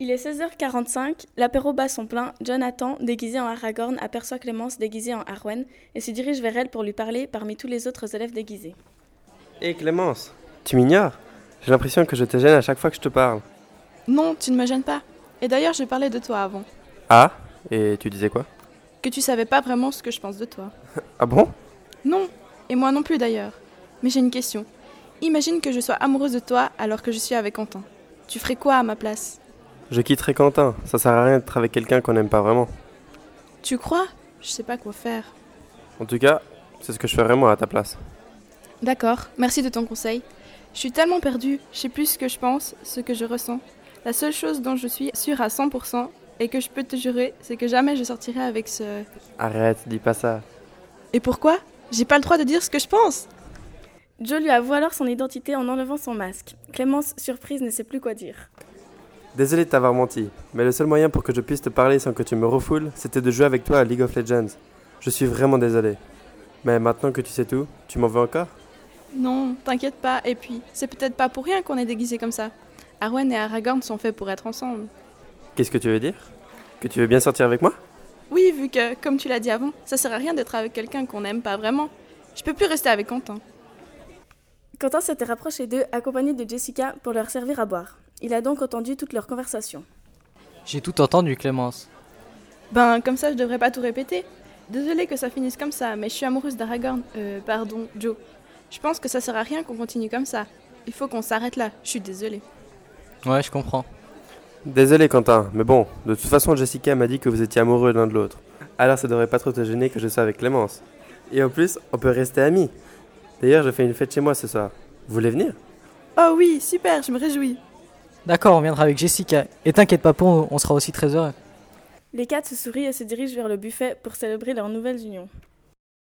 Il est 16h45, l'apéro bat son plein, Jonathan, déguisé en Aragorn, aperçoit Clémence déguisée en Arwen et se dirige vers elle pour lui parler parmi tous les autres élèves déguisés. Hé Clémence, tu m'ignores J'ai l'impression que je te gêne à chaque fois que je te parle. Non, tu ne me gênes pas. Et d'ailleurs, je parlais de toi avant. Ah Et tu disais quoi Que tu savais pas vraiment ce que je pense de toi. Ah bon Non, et moi non plus d'ailleurs. Mais j'ai une question. Imagine que je sois amoureuse de toi alors que je suis avec Quentin. Tu ferais quoi à ma place Je quitterai Quentin, ça sert à rien d'être avec quelqu'un qu'on n'aime pas vraiment. Tu crois Je sais pas quoi faire. En tout cas, c'est ce que je ferais moi à ta place. D'accord, merci de ton conseil. Je suis tellement perdue, je sais plus ce que je pense, ce que je ressens. La seule chose dont je suis sûre à 100% et que je peux te jurer, c'est que jamais je sortirai avec ce... Arrête, dis pas ça. Et pourquoi J'ai pas le droit de dire ce que je pense Joe lui avoue alors son identité en enlevant son masque. Clémence, surprise, ne sait plus quoi dire. Désolé de t'avoir menti, mais le seul moyen pour que je puisse te parler sans que tu me refoules, c'était de jouer avec toi à League of Legends. Je suis vraiment désolé. Mais maintenant que tu sais tout, tu m'en veux encore Non, t'inquiète pas, et puis, c'est peut-être pas pour rien qu'on est déguisés comme ça. Arwen et Aragorn sont faits pour être ensemble. Qu'est-ce que tu veux dire Que tu veux bien sortir avec moi Oui, vu que, comme tu l'as dit avant, ça sert à rien d'être avec quelqu'un qu'on n'aime pas vraiment. Je peux plus rester avec Quentin. Quentin s'était rapproché d'eux, accompagné de Jessica, pour leur servir à boire. Il a donc entendu toute leur conversation. J'ai tout entendu, Clémence. Ben, comme ça, je devrais pas tout répéter. Désolée que ça finisse comme ça, mais je suis amoureuse d'Aragorn. Euh, pardon, Joe. Je pense que ça sert à rien qu'on continue comme ça. Il faut qu'on s'arrête là, je suis désolée. Ouais, je comprends. Désolé Quentin, mais bon, de toute façon Jessica m'a dit que vous étiez amoureux l'un de l'autre. Alors ça devrait pas trop te gêner que je sois avec Clémence. Et en plus, on peut rester amis. D'ailleurs, je fais une fête chez moi ce soir. Vous voulez venir Oh oui, super, je me réjouis. D'accord, on viendra avec Jessica. Et t'inquiète pas pour nous, on sera aussi très heureux. Les quatre se sourient et se dirigent vers le buffet pour célébrer leur nouvelle union.